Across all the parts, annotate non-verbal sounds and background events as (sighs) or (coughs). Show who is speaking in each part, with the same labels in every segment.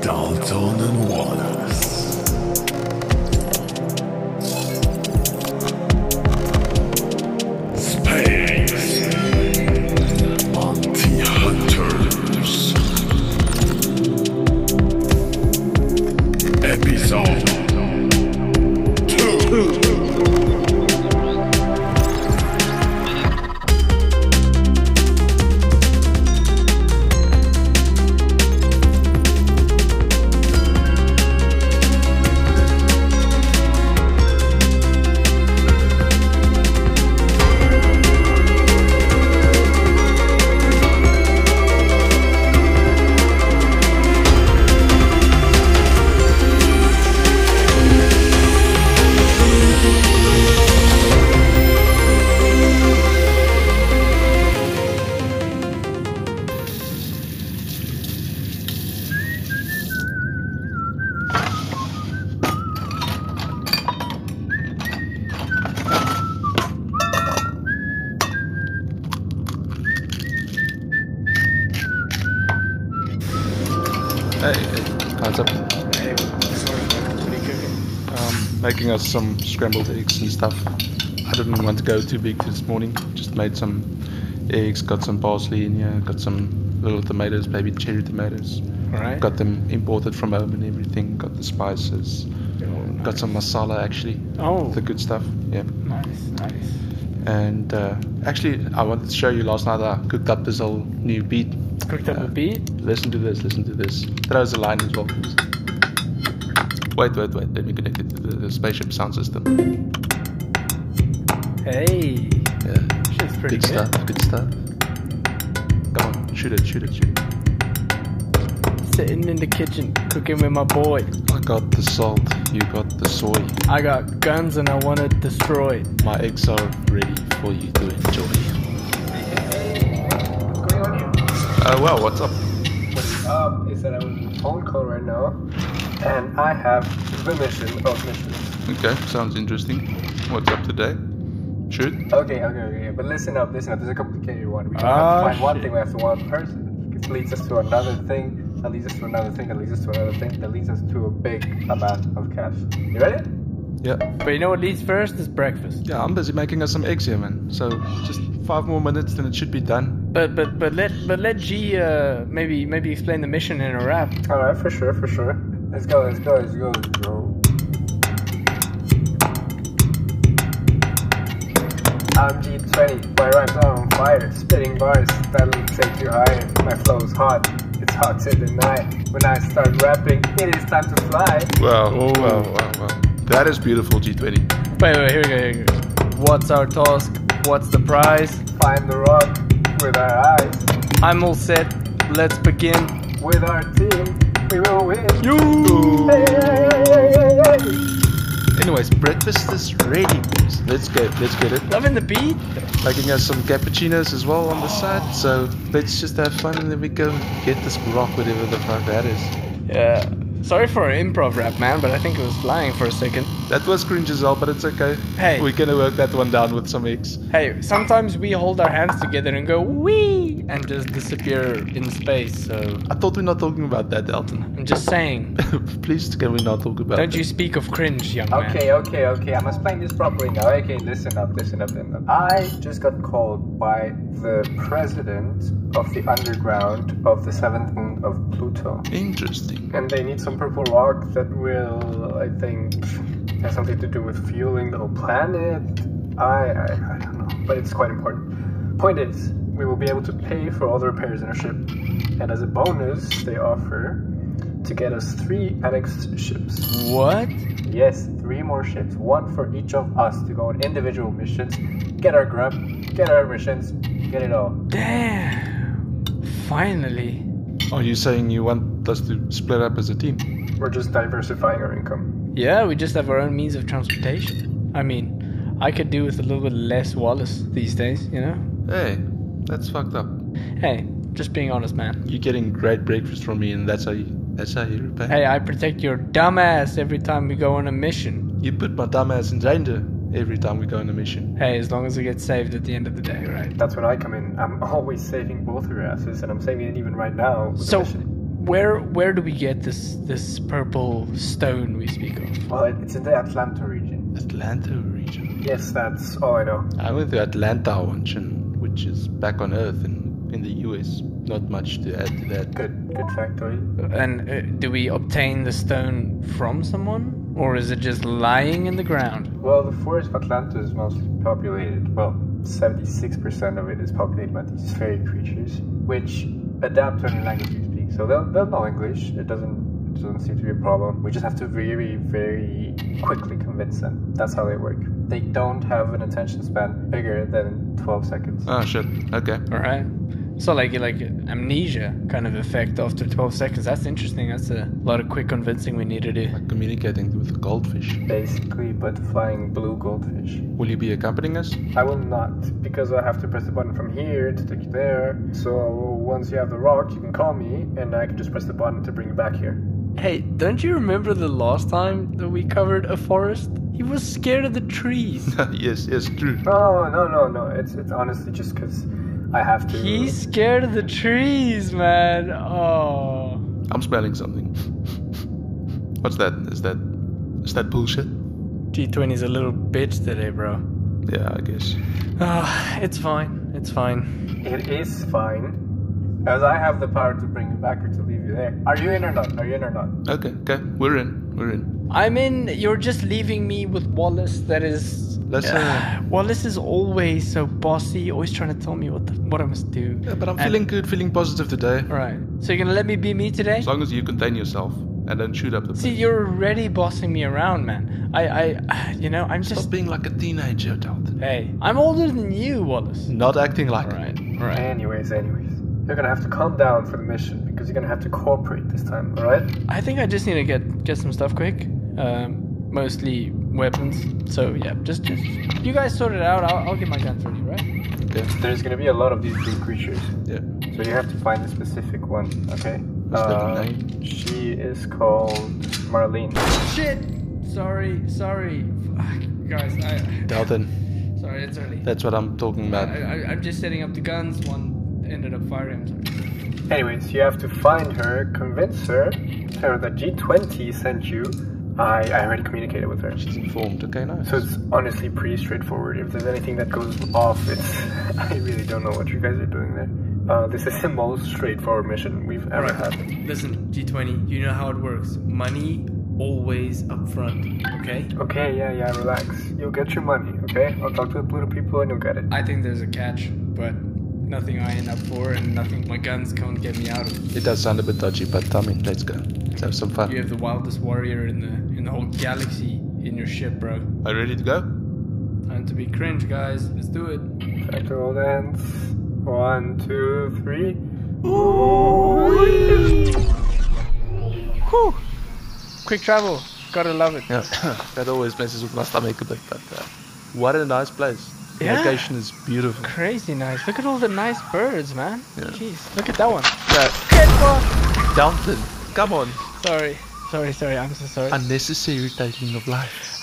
Speaker 1: Dalton and Wallace. Space. Bounty Hunters. Episode. Two.
Speaker 2: Hey, what's up?
Speaker 3: Hey, sorry, what are you cooking?
Speaker 2: Um, making us some scrambled eggs and stuff. I didn't want to go too big this morning. Just made some eggs, got some parsley in here, got some little tomatoes, maybe cherry tomatoes.
Speaker 3: Alright.
Speaker 2: Got them imported from home and everything. Got the spices. Got some masala actually,
Speaker 3: Oh,
Speaker 2: the good stuff. Yeah.
Speaker 3: nice, nice.
Speaker 2: And uh, actually, I wanted to show you last night. I cooked up this whole new beet.
Speaker 3: Cooked up
Speaker 2: Uh,
Speaker 3: a beet.
Speaker 2: Listen to this. Listen to this. That was a line as well. please. Wait, wait, wait. Let me connect it to the, the spaceship sound system.
Speaker 3: Hey,
Speaker 2: Yeah.
Speaker 3: shit's pretty
Speaker 2: Good stuff, good stuff. Come on, shoot it, shoot it, shoot it.
Speaker 3: Sitting in the kitchen, cooking with my boy.
Speaker 2: I got the salt, you got the soy.
Speaker 3: I got guns and I want it destroyed.
Speaker 2: My eggs are ready for you to enjoy. Uh, well, what's up?
Speaker 4: What's up is that I'm on a phone call right now, and I have Oh, the mission of missions.
Speaker 2: Okay, sounds interesting. What's up today? Shoot.
Speaker 4: Okay, okay, okay, but listen up, listen up. This is a complicated one. We don't
Speaker 3: Ah,
Speaker 4: have to find one
Speaker 3: shit.
Speaker 4: thing, we have to one person. It leads us to another thing, that leads us to another thing, that leads us to another thing, that leads us to a big amount of cash. You ready?
Speaker 2: Yeah.
Speaker 3: But you know what leads first is breakfast.
Speaker 2: Yeah, I'm busy making us some eggs here, man. So just five more minutes, then it should be done.
Speaker 3: But but but let but let G uh maybe maybe explain the mission in a rap.
Speaker 4: Alright, for sure, for sure. Let's go, let's go, let's go, let's go. I'm G20, my rhymes are on fire. Spitting bars that'll take you higher. My flow's hot, it's hot to the night. When I start rapping, it is time to fly.
Speaker 2: Wow, oh, wow, wow, wow. That is beautiful, G20.
Speaker 3: Wait wait here we go. Here we go. What's our task? What's the prize?
Speaker 4: Find the rock with our eyes.
Speaker 3: I'm all set. Let's begin.
Speaker 4: With our team, we will win.
Speaker 2: You!
Speaker 4: Hey, hey, hey, hey, hey, hey.
Speaker 2: Anyways, breakfast is ready. boys. Let's go, let's get it.
Speaker 3: Loving the beat.
Speaker 2: making us some cappuccinos as well on the side. So let's just have fun and then we go get this rock, whatever the fuck that is.
Speaker 3: Yeah. Sorry for an improv rap, man, but I think it was flying for a second.
Speaker 2: That was cringe as well, but it's okay.
Speaker 3: Hey.
Speaker 2: we're gonna work that one down with some eggs.
Speaker 3: Hey, sometimes we hold our hands together and go wee and just disappear in space. So
Speaker 2: I thought we're not talking about that, Elton. (laughs)
Speaker 3: I'm just saying,
Speaker 2: Please, can we not talk about?
Speaker 3: don't
Speaker 2: that?
Speaker 3: you speak of cringe, young man.
Speaker 4: Okay, okay, okay. I'm explaining this properly now. Okay, listen up, listen up, listen up. I just got called by the president of the underground of the seventh moon of Pluto,
Speaker 2: Interesting.
Speaker 4: and they need some purple rock that will, I think, has something to do with fueling the whole planet. I, I, I don't know, but it's quite important. Point is, we will be able to pay for all the repairs in our ship, and as a bonus, they offer to get us three annexed ships.
Speaker 3: What?
Speaker 4: Yes, three more ships, one for each of us to go on individual missions, get our grub, get our missions, get it all.
Speaker 3: Damn. Finally.
Speaker 2: Are you saying you want us to split up as a team?
Speaker 4: We're just diversifying our income.
Speaker 3: Yeah, we just have our own means of transportation. I mean, I could do with a little bit less Wallace these days, you know?
Speaker 2: Hey, that's fucked up.
Speaker 3: Hey, just being honest, man.
Speaker 2: You're getting great breakfast from me, and that's how you. That's how you repay.
Speaker 3: Hey, I protect your dumb ass every time we go on a mission.
Speaker 2: You put my dumb ass in danger every time we go on a mission.
Speaker 3: Hey, as long as we get saved at the end of the day, right?
Speaker 4: (laughs) That's when I come in. I'm always saving both your asses, and I'm saving it even right now. with the
Speaker 3: So,
Speaker 4: mission.
Speaker 3: where where do we get this this purple stone we speak of?
Speaker 4: Well, it- it's in the Atlanta region.
Speaker 2: Atlanta region.
Speaker 4: Yes, that's all I know.
Speaker 2: I went to Atlanta once, and- which is back on Earth in, in the US. Not much to add to that.
Speaker 4: Good, good factoid.
Speaker 3: And uh, do we obtain the stone from someone, or is it just lying in the ground?
Speaker 4: Well, the forest of Atlanta is mostly populated. Well, 76% of it is populated by these fairy creatures, which adapt to any language you speak. So they'll, they'll know English. It doesn't, it doesn't seem to be a problem. We just have to very, very quickly convince them. That's how they work. They don't have an attention span bigger than 12 seconds.
Speaker 2: Oh shit. Okay.
Speaker 3: All right. So like like amnesia kind of effect after 12 seconds. That's interesting. That's a lot of quick convincing we need to do.
Speaker 2: Like communicating with goldfish.
Speaker 4: Basically, but flying blue goldfish.
Speaker 2: Will you be accompanying us? (laughs)
Speaker 4: I will not, because I have to press the button from here to take you there. So once you have the rock, you can call me, and I can just press the button to bring you back here.
Speaker 5: Hey, don't you remember the last time that we covered a forest? He was scared of the trees.
Speaker 2: yes, yes, true.
Speaker 4: No, no, no, no. It's it's honestly just because I have to.
Speaker 3: (laughs) He's scared of the trees, man. Oh.
Speaker 2: I'm smelling something. (laughs) What's that? Is that is that bullshit?
Speaker 5: G20's a little bitch today, bro.
Speaker 2: Yeah, I guess.
Speaker 5: Ah, it's fine. It's fine.
Speaker 4: It is fine, as I have the power to bring you back or to leave you there. Are you in or not? Are you in or not?
Speaker 2: Okay, okay, we're in, we're in.
Speaker 3: I'm in. You're just leaving me with Wallace. That is. ah,
Speaker 2: Let's. Uh,
Speaker 3: Wallace is always so bossy, always trying to tell me what the, what I must do.
Speaker 2: yeah, but I'm
Speaker 3: And-
Speaker 2: feeling good, feeling positive today.
Speaker 3: All right. So you're gonna let me be me today?
Speaker 2: As long as you contain yourself and don't shoot up the.
Speaker 3: See, you're already bossing me around, man. I, I, (sighs) you know, I'm
Speaker 2: Stop
Speaker 3: just.
Speaker 2: being like a teenager, Dalton.
Speaker 3: Hey, I'm older than you, Wallace.
Speaker 2: Not acting like.
Speaker 3: All right. All right.
Speaker 4: Anyways, anyways, you're gonna have to calm down for the mission because you're gonna have to cooperate this time. All right?
Speaker 3: I think I just need to get get some stuff quick. Um, mostly weapons. So yeah, just just you guys sort it out. I'll, I'll get my guns ready, right?
Speaker 2: Okay.
Speaker 4: There's gonna be a lot of these blue creatures,
Speaker 2: Yeah.
Speaker 4: so you have to find a specific one. Okay. Uh,
Speaker 2: What's the name?
Speaker 4: She is called Marlene.
Speaker 3: Shit. Sorry, sorry, Fuck, guys. I
Speaker 2: Dalton.
Speaker 3: sorry, it's early.
Speaker 2: That's what I'm talking
Speaker 3: I,
Speaker 2: about.
Speaker 3: I, I'm just setting up the guns. One ended up firing. I'm sorry.
Speaker 4: Anyways, you have to find her, convince her, tell her that G20 sent you. I, I already communicated with her.
Speaker 2: She's informed. Okay, nice.
Speaker 4: So it's honestly pretty straightforward. If there's anything that goes off, it's (laughs) I really don't know what you guys are doing there. Uh, this is the most straightforward mission we've ever had.
Speaker 5: Listen, G20, you know how it works. Money always up front, okay?
Speaker 4: Okay, yeah, yeah, relax. You'll get your money, okay? I'll talk to the blue people and you'll get it.
Speaker 3: I think there's a catch, but nothing I end up for, and nothing my guns can't get me out of.
Speaker 2: It does sound a bit dodgy, but I mean, let's go. Let's have some
Speaker 3: You
Speaker 2: fun.
Speaker 3: have the wildest warrior in the in the whole galaxy in your ship, bro.
Speaker 2: Are you ready to go?
Speaker 3: Time to be cringe, guys. Let's do it.
Speaker 4: Factor all ends. One, two, three.
Speaker 3: Whew. Quick travel. Gotta love it.
Speaker 2: Yeah. (coughs) that always messes with my stomach a bit, but uh, what a nice place. The
Speaker 3: Yeah.
Speaker 2: location is beautiful.
Speaker 3: Crazy nice. Look at all the nice birds, man.
Speaker 2: Yeah.
Speaker 3: Jeez, look at that one.
Speaker 2: But
Speaker 3: Good one.
Speaker 2: Dalton, come on.
Speaker 3: Sorry. Sorry, sorry. I'm so sorry.
Speaker 2: Unnecessary taking of life.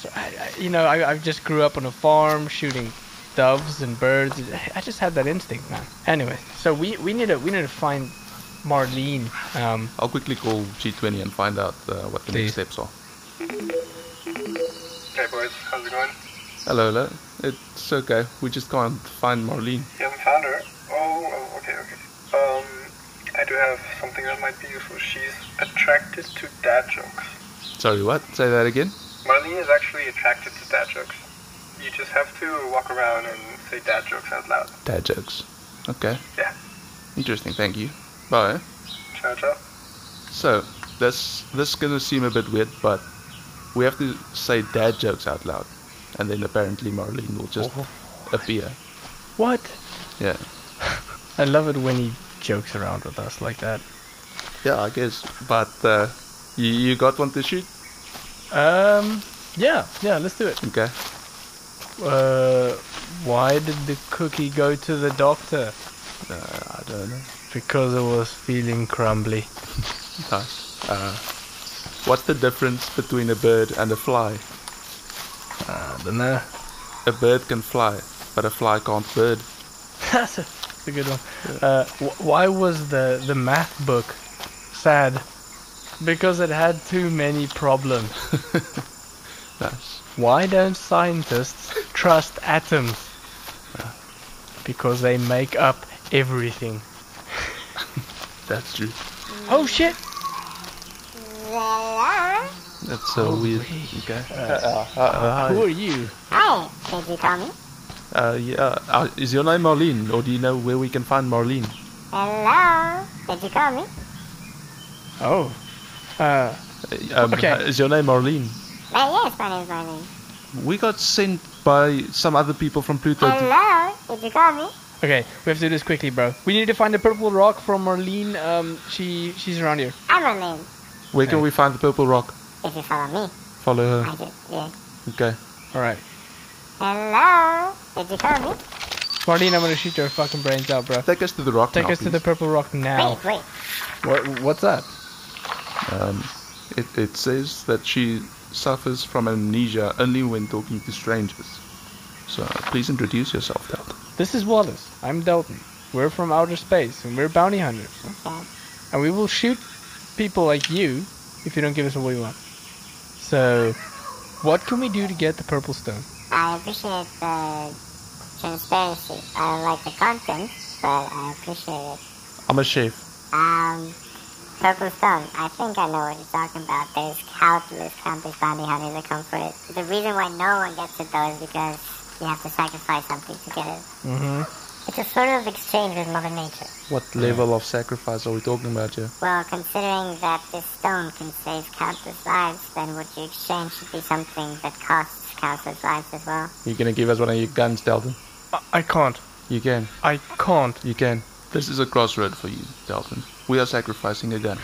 Speaker 3: So I, I, you know, I, I just grew up on a farm shooting doves and birds. I just had that instinct, man. Anyway, so we, we need to we need to find Marlene. Um,
Speaker 2: I'll quickly call G20 and find out uh, what the next
Speaker 3: Please.
Speaker 2: steps are.
Speaker 4: Hey boys, how's it going?
Speaker 2: Hello, hello. It's okay. We just can't find Marlene.
Speaker 4: You haven't found her? Oh, oh, okay, okay. Um, I do have something that might be useful. She's attracted to dad jokes.
Speaker 2: Sorry, what? Say that again?
Speaker 4: Marlene is actually attracted to dad jokes. You just have to walk around and say dad jokes out loud.
Speaker 2: Dad jokes. Okay.
Speaker 4: Yeah.
Speaker 2: Interesting, thank you. Bye.
Speaker 4: Ciao, ciao.
Speaker 2: So, this this is gonna seem a bit weird, but we have to say dad jokes out loud, and then apparently Marlene will just appear.
Speaker 5: What?
Speaker 2: Yeah,
Speaker 5: I love it when he jokes around with us like that.
Speaker 2: yeah, I guess. But uh, you you got one to shoot?
Speaker 5: Um, yeah, yeah, let's do it.
Speaker 2: Okay.
Speaker 5: Uh, why did the cookie go to the doctor?
Speaker 2: Uh, I don't know.
Speaker 5: Because it was feeling crumbly.
Speaker 2: Nice. Uh, what's the difference between a bird and a fly?
Speaker 5: I don't
Speaker 3: (laughs)
Speaker 5: know.
Speaker 2: A bird can fly, but a fly can't bird.
Speaker 5: That's a, that's a good one. Uh, wh- why was the, the math book
Speaker 3: sad because it had too many problems.
Speaker 2: That's
Speaker 3: Why don't scientists trust atoms? Uh, Because they make up everything.
Speaker 2: that's true.
Speaker 3: Oh shit!
Speaker 2: That's so weird. Okay.
Speaker 3: Who are you?
Speaker 6: Hi, did you call me?
Speaker 2: Uh, yeah. Uh, is your name Marlene, or do you know where we can find Marlene?
Speaker 6: Hello, did you call me?
Speaker 3: Oh. Uh,
Speaker 2: Uh, Um,
Speaker 3: Okay.
Speaker 2: uh, Is your name Marlene?
Speaker 6: Oh yes, my name's Marlene.
Speaker 2: We got sent by some other people from Pluto. to-
Speaker 6: Hello, did you call me?
Speaker 3: okay, we have to do this quickly, bro. We need to find the purple rock from Marlene. Um, she she's around here.
Speaker 6: I'm Marlene.
Speaker 2: Where can we find the purple rock?
Speaker 6: If you follow me,
Speaker 2: Follow
Speaker 6: I
Speaker 2: her.
Speaker 6: did. Yeah.
Speaker 2: Okay.
Speaker 3: All right,
Speaker 6: Hello, did you call me?
Speaker 3: Marlene, I'm gonna shoot your fucking brains out, bro.
Speaker 2: Take us to the rock.
Speaker 3: Take
Speaker 2: now,
Speaker 3: us to the
Speaker 2: please.
Speaker 3: purple rock now.
Speaker 6: Wait, wait.
Speaker 5: What, what's that?
Speaker 2: Um, it, it says that she suffers from amnesia only when talking to strangers. So please introduce yourself, Dad.
Speaker 3: This is Wallace. I'm Dalton. We're from outer space, and we're bounty hunters.
Speaker 6: Okay.
Speaker 3: and we will shoot people like you if you don't give us what we want. So, what can we do to get the purple stone?
Speaker 6: I appreciate the transparency. I don't like the content, but I appreciate it.
Speaker 2: I'm a chef.
Speaker 6: Um, Purple Stone, I think I know what you're talking about. There's countless, countless bounty hunters that come for it. The reason why no one gets it though is because you have to sacrifice something to get it.
Speaker 3: Mm-hmm.
Speaker 6: It's a sort of exchange with Mother Nature.
Speaker 2: What level of sacrifice are we talking about here?
Speaker 6: Well, considering that this stone can save countless lives, then what you exchange should be something that costs countless lives as well.
Speaker 2: You're gonna give us one of your guns, Dalton.
Speaker 3: I can't.
Speaker 2: You can.
Speaker 3: I can't.
Speaker 2: You can. This is a crossroad for you, Dalton. We are sacrificing a gun.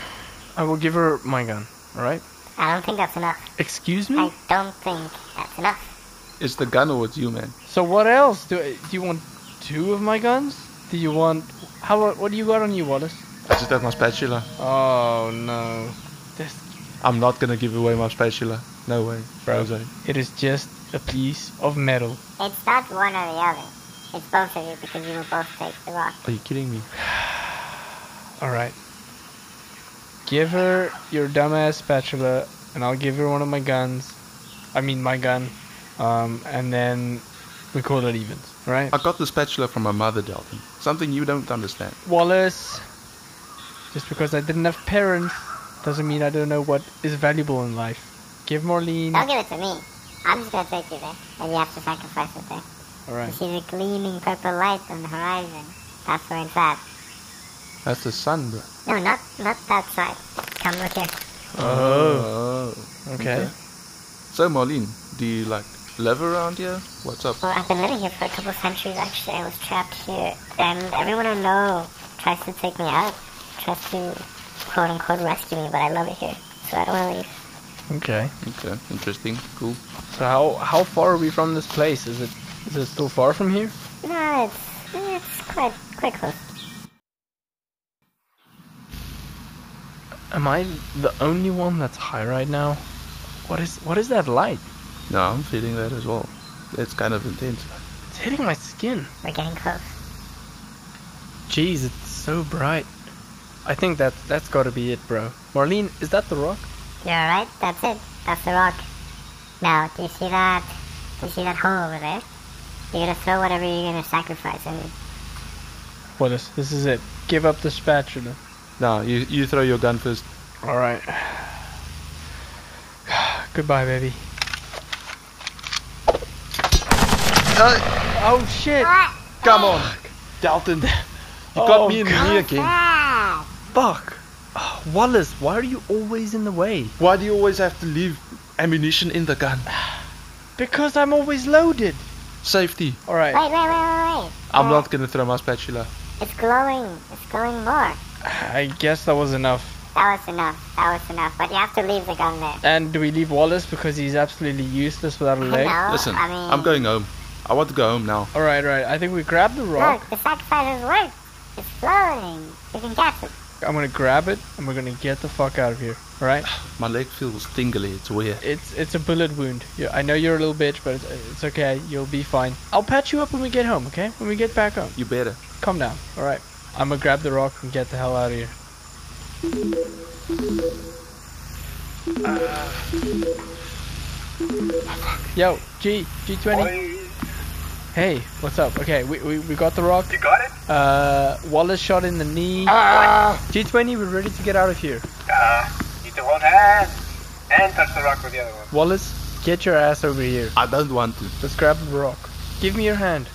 Speaker 3: I will give her my gun. All right.
Speaker 6: I don't think that's enough.
Speaker 3: Excuse
Speaker 6: I
Speaker 3: me.
Speaker 6: don't think that's enough.
Speaker 2: It's the gun or it's you, man.
Speaker 3: So what else? Do do you want two of my guns? Do you want how? What do you got on you, Wallace?
Speaker 2: I just have my spatula.
Speaker 3: Oh no, this
Speaker 2: I'm not gonna give away my spatula. No way.
Speaker 3: Bro.
Speaker 2: Jose.
Speaker 3: it is just a piece of metal.
Speaker 6: It's not one or the other. It's both of you because you will both take the rock.
Speaker 2: Are you kidding me?
Speaker 3: All right. Give her your dumbass spatula, and I'll give her one of my guns. I mean, my gun. Um, and then we call it evens, right?
Speaker 2: I got the spatula from my mother, Dalton. Something you don't understand.
Speaker 3: Wallace, just because I didn't have parents doesn't mean I don't know what is valuable in life. Give Marlene.
Speaker 6: Don't give it to me. I'm just gonna take you there, and you have to sacrifice it there.
Speaker 3: All
Speaker 6: You
Speaker 3: right.
Speaker 6: see the gleaming purple light on the horizon. That's where it's at.
Speaker 2: That's the sun, bro.
Speaker 6: No, not not that side. Come look here.
Speaker 2: Oh.
Speaker 3: Okay.
Speaker 2: So, Marlene, do you like live around here? What's up?
Speaker 6: Well, I've been living here for a couple of centuries actually. I was trapped here, and everyone I know tries to take me out, tries to quote unquote rescue me, but I love it here, so I don't want to leave.
Speaker 3: Okay.
Speaker 2: Okay, interesting, cool.
Speaker 3: So how how far are we from this place? Is it is it still far from here?
Speaker 6: No, it's it's quite quite close.
Speaker 3: Am I the only one that's high right now? What is what is that light?
Speaker 2: No, I'm feeling that as well. It's kind of intense.
Speaker 3: It's hitting my skin.
Speaker 6: We're getting close.
Speaker 3: Jeez, it's so bright. I think that that's got to be it, bro. Marlene, is that the rock?
Speaker 6: You're right, that's it. That's the rock. Now, do you see that? Do you see that hole over there? You're gonna throw whatever you're gonna sacrifice in it.
Speaker 3: What is? This is it. Give up the spatula.
Speaker 2: No, you, you throw your gun first.
Speaker 3: All right. (sighs) Goodbye, baby. oh shit!
Speaker 2: Come on, Dalton. You got
Speaker 3: Oh,
Speaker 2: me in the knee again.
Speaker 6: Ah!
Speaker 3: Fuck. Ah, Wallace, why are you always in the way?
Speaker 2: Why do you always have to leave ammunition in the gun?
Speaker 3: Because I'm always loaded.
Speaker 2: Safety.
Speaker 3: All right.
Speaker 6: Wait, wait, wait, wait, wait!
Speaker 2: I'm not gonna throw my spatula.
Speaker 6: It's glowing. It's glowing more.
Speaker 3: I guess that was enough.
Speaker 6: That was enough. That was enough. But you have to leave the gun there.
Speaker 3: And do we leave Wallace because he's absolutely useless without a leg?
Speaker 6: No,
Speaker 2: Listen,
Speaker 6: Oh, I mean,
Speaker 2: I'm going home. I want to go home now.
Speaker 3: All right, right. I think we grab the rock.
Speaker 6: Look, the sacrifice has worked. It's floating. You can catch it.
Speaker 3: I'm gonna grab it and we're gonna get the fuck out of here. All right?
Speaker 2: My leg feels tingly. It's weird.
Speaker 3: It's it's a bullet wound. Yeah, I know you're a little bitch, but it's, it's okay. You'll be fine. I'll patch you up when we get home. Okay? When we get back home,
Speaker 2: You better.
Speaker 3: calm down. All right? I'm gonna grab the rock and get the hell out of here. Yo, G, G20. Hey, what's up? Okay, we, we, we got the rock.
Speaker 4: You got it?
Speaker 3: Uh, Wallace shot in the knee. G20, we're ready to get out of here.
Speaker 4: Uh, eat the one hand and touch the rock with the other one.
Speaker 3: Wallace, get your ass over here.
Speaker 2: I don't want to.
Speaker 3: Let's grab the rock. Give me your hand.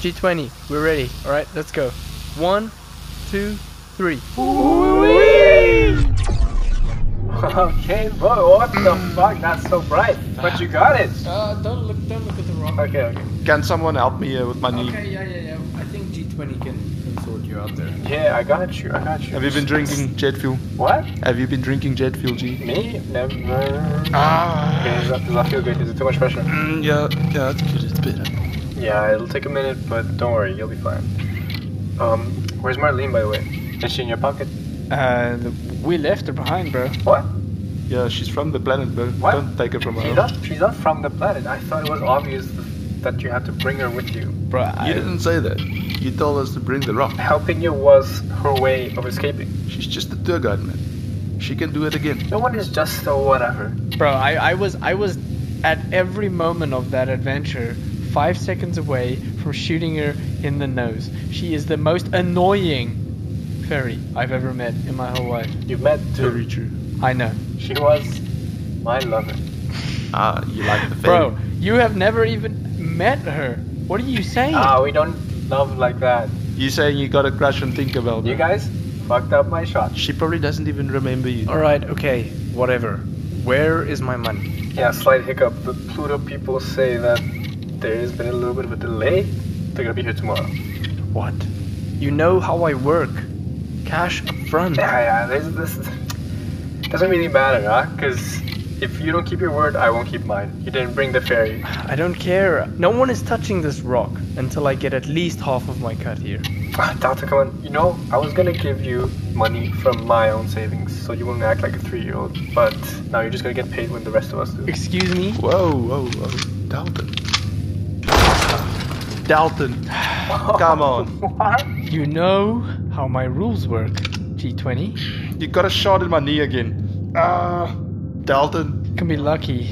Speaker 3: G20, we're ready. Alright, let's go. One, two, three.
Speaker 4: (laughs) Okay, whoa, what the fuck? That's so bright. But you got it.
Speaker 5: Uh, don't look, don't look at the rock.
Speaker 4: Okay, okay.
Speaker 2: Can someone help me uh, with my
Speaker 3: Mm.
Speaker 2: knee?
Speaker 5: Okay, yeah, yeah, yeah. I think G20 can, can sort you out there.
Speaker 4: Yeah, I got you. I got you.
Speaker 2: Have you been drinking jet fuel?
Speaker 4: What?
Speaker 2: Have you been drinking jet fuel, G?
Speaker 4: Me? Never.
Speaker 2: Ah.
Speaker 4: Okay, does that, does that feel good? Is it too much pressure?
Speaker 2: Mm, yeah, yeah, it's good. It's better.
Speaker 4: Yeah, it'll take a minute, but don't worry, you'll be fine. Um, where's Marlene, by the way? Is she in your pocket?
Speaker 3: Uh, the, we left her behind, bro.
Speaker 4: What?
Speaker 2: Yeah, she's from the planet, but
Speaker 4: What?
Speaker 2: don't take her from her.
Speaker 4: She's
Speaker 2: home.
Speaker 4: not, she's not from the planet. I thought it was obvious that you had to bring her with you.
Speaker 3: Bro,
Speaker 2: You
Speaker 3: I,
Speaker 2: didn't say that. You told us to bring the rock.
Speaker 4: Helping you was her way of escaping.
Speaker 2: She's just a tour guide, man. She can do it again.
Speaker 4: No one is just so whatever.
Speaker 3: bro, I, I was I was at every moment of that adventure five seconds away from shooting her in the nose. She is the most annoying fairy I've ever met in my whole life.
Speaker 4: You met
Speaker 2: Very
Speaker 4: too.
Speaker 2: true.
Speaker 3: I know.
Speaker 4: She was my lover.
Speaker 2: Ah, you like the fairy.
Speaker 3: Bro, you have never even met her. What are you saying?
Speaker 4: Ah, we don't love like that.
Speaker 2: You saying you got a crush on Tinkerbell? bro.
Speaker 4: You guys fucked up my shot.
Speaker 2: She probably doesn't even remember you.
Speaker 5: Alright, okay, whatever. Where is my money?
Speaker 4: Yeah, slight hiccup. The Pluto people say that there's been a little bit of a delay. They're gonna be here tomorrow.
Speaker 5: What? You know how I work. Cash up
Speaker 3: (laughs)
Speaker 5: front.
Speaker 4: Yeah, yeah, this, this is- doesn't really matter, huh? Because if you don't keep your word, I won't keep mine. You didn't bring the fairy. (sighs)
Speaker 5: I don't care. No one is touching this rock until I get at least half of my cut here.
Speaker 4: Ah, Doctor, come on. You know, I was gonna give you money from my own savings so you wouldn't act like a three year old, but now you're just gonna get paid when the rest of us do.
Speaker 3: Excuse me?
Speaker 2: Whoa, whoa, whoa. Dalton. Dalton. (sighs) Come on.
Speaker 4: What?
Speaker 3: You know how my rules work, G20.
Speaker 2: You got a shot in my knee again. Ah, Dalton.
Speaker 3: Can be lucky.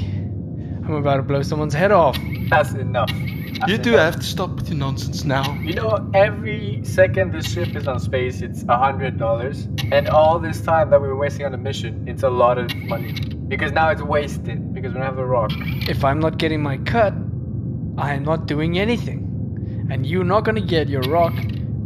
Speaker 3: I'm about to blow someone's head off.
Speaker 4: (laughs) That's enough.
Speaker 2: You
Speaker 4: That's
Speaker 2: two
Speaker 4: enough.
Speaker 2: have to stop with your nonsense now.
Speaker 4: You know, every second this ship is on space, it's a hundred dollars, and all this time that we were wasting on the mission, it's a lot of money because now it's wasted because we don't have the rock.
Speaker 3: If I'm not getting my cut, I am not doing anything. And you're not gonna get your rock,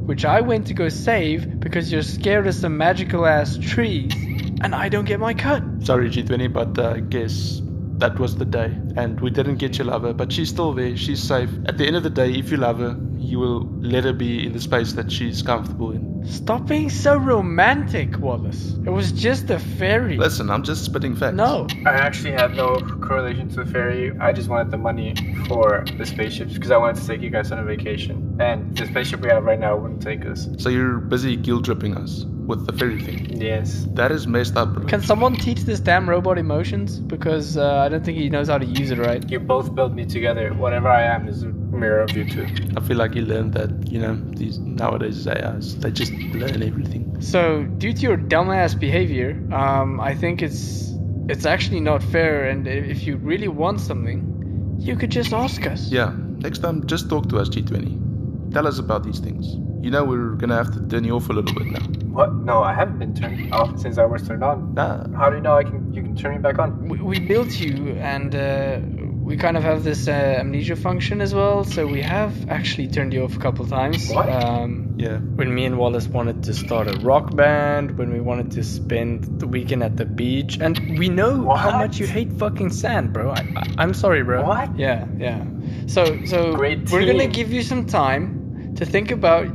Speaker 3: which I went to go save because you're scared of some magical ass trees, and I don't get my cut.
Speaker 2: Sorry, G20, but uh, I guess that was the day. And we didn't get your lover, but she's still there. She's safe. At the end of the day, if you love her, you will let her be in the space that she's comfortable in.
Speaker 3: Stop being so romantic, Wallace. It was just a fairy.
Speaker 2: Listen, I'm just spitting facts.
Speaker 3: no.
Speaker 4: I actually had no correlation to the ferry. I just wanted the money for the spaceships because I wanted to take you guys on a vacation, and the spaceship we have right now wouldn't take us.
Speaker 2: So you're busy guilt tripping us with the fairy thing.
Speaker 4: Yes.
Speaker 2: That is messed up, bro.
Speaker 3: Can someone teach this damn robot emotions? Because uh, I don't think he knows how to use it right.
Speaker 4: You both built me together. Whatever I am is a mirror of you two.
Speaker 2: I feel like you learned that, you know, these nowadays AIs, they just learn everything.
Speaker 3: So, due to your dumbass behavior, um, I think it's it's actually not fair. And i- if you really want something, you could just ask us.
Speaker 2: Yeah, next time just talk to us, G20. Tell us about these things. You know, we're gonna have to turn you off a little bit now.
Speaker 4: What? No, I haven't been turned off since I was turned on.
Speaker 2: Nah,
Speaker 4: How do you know I can? You can turn me back on.
Speaker 3: We, we built you, and uh, we kind of have this uh, amnesia function as well. So we have actually turned you off a couple times.
Speaker 4: What?
Speaker 3: Um,
Speaker 2: yeah.
Speaker 5: When me and Wallace wanted to start a rock band, when we wanted to spend the weekend at the beach, and we know how
Speaker 4: What?
Speaker 5: much you hate fucking sand, bro. I, I, I'm sorry, bro.
Speaker 4: What?
Speaker 3: yeah, yeah. So, so
Speaker 4: Great
Speaker 3: we're gonna
Speaker 4: team.
Speaker 3: give you some time to think about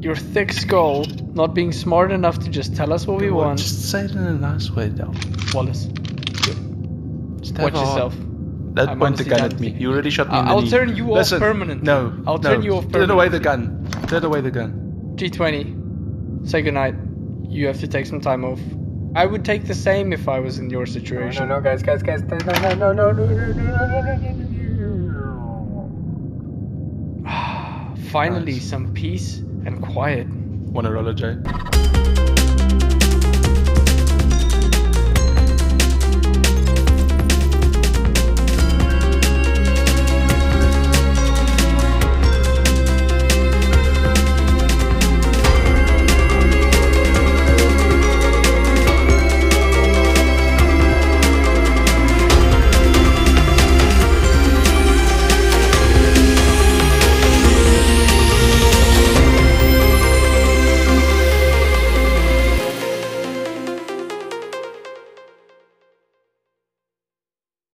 Speaker 3: your thick skull not being smart enough to just tell us what we
Speaker 2: Come on,
Speaker 3: want.
Speaker 2: Just say it in a nice way, Dal.
Speaker 3: Wallace,
Speaker 2: Just have
Speaker 3: watch
Speaker 2: a heart.
Speaker 3: yourself.
Speaker 2: That
Speaker 3: I'm
Speaker 2: point the
Speaker 3: honestly
Speaker 2: gun
Speaker 3: done
Speaker 2: at me.
Speaker 3: thinking.
Speaker 2: You already shot me in
Speaker 3: I-
Speaker 2: the
Speaker 3: I'll
Speaker 2: knee.
Speaker 3: turn you off
Speaker 2: Listen,
Speaker 3: permanently.
Speaker 2: No,
Speaker 3: I'll
Speaker 2: no.
Speaker 3: turn you off
Speaker 2: Turn away the
Speaker 3: permanently.
Speaker 2: gun. Turn away the gun.
Speaker 3: G20, say goodnight. You have to take some time off. I would take the same if I was in your
Speaker 4: No, no,
Speaker 3: situation.
Speaker 4: no, guys, guys, guys. No, no, no, no, no, no, no, no, no, no, no.
Speaker 3: Finally,
Speaker 2: Nice.
Speaker 3: some peace and quiet.
Speaker 2: Wanna roll a J?